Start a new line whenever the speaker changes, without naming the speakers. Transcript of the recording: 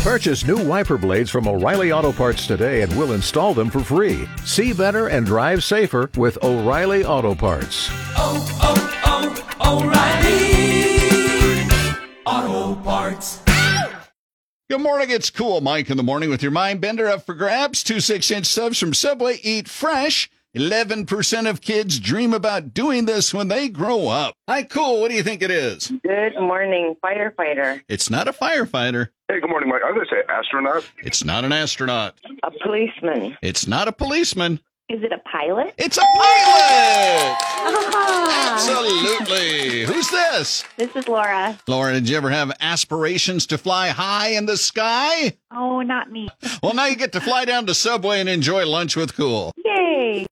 Purchase new wiper blades from O'Reilly Auto Parts today and we'll install them for free. See better and drive safer with O'Reilly Auto Parts.
oh, oh, O'Reilly. Auto Parts.
Good morning. It's cool, Mike, in the morning with your mind bender up for grabs. Two six inch subs from Subway. Eat fresh. 11% of kids dream about doing this when they grow up. Hi, cool. What do you think it is?
Good morning, firefighter.
It's not a firefighter.
Hey, good morning, Mike. I'm going to say astronaut.
It's not an astronaut.
A policeman.
It's not a policeman.
Is it a pilot?
It's a pilot. Absolutely. Who's this?
This is Laura.
Laura, did you ever have aspirations to fly high in the sky?
Oh, not me.
Well, now you get to fly down to Subway and enjoy lunch with Cool.
Yay.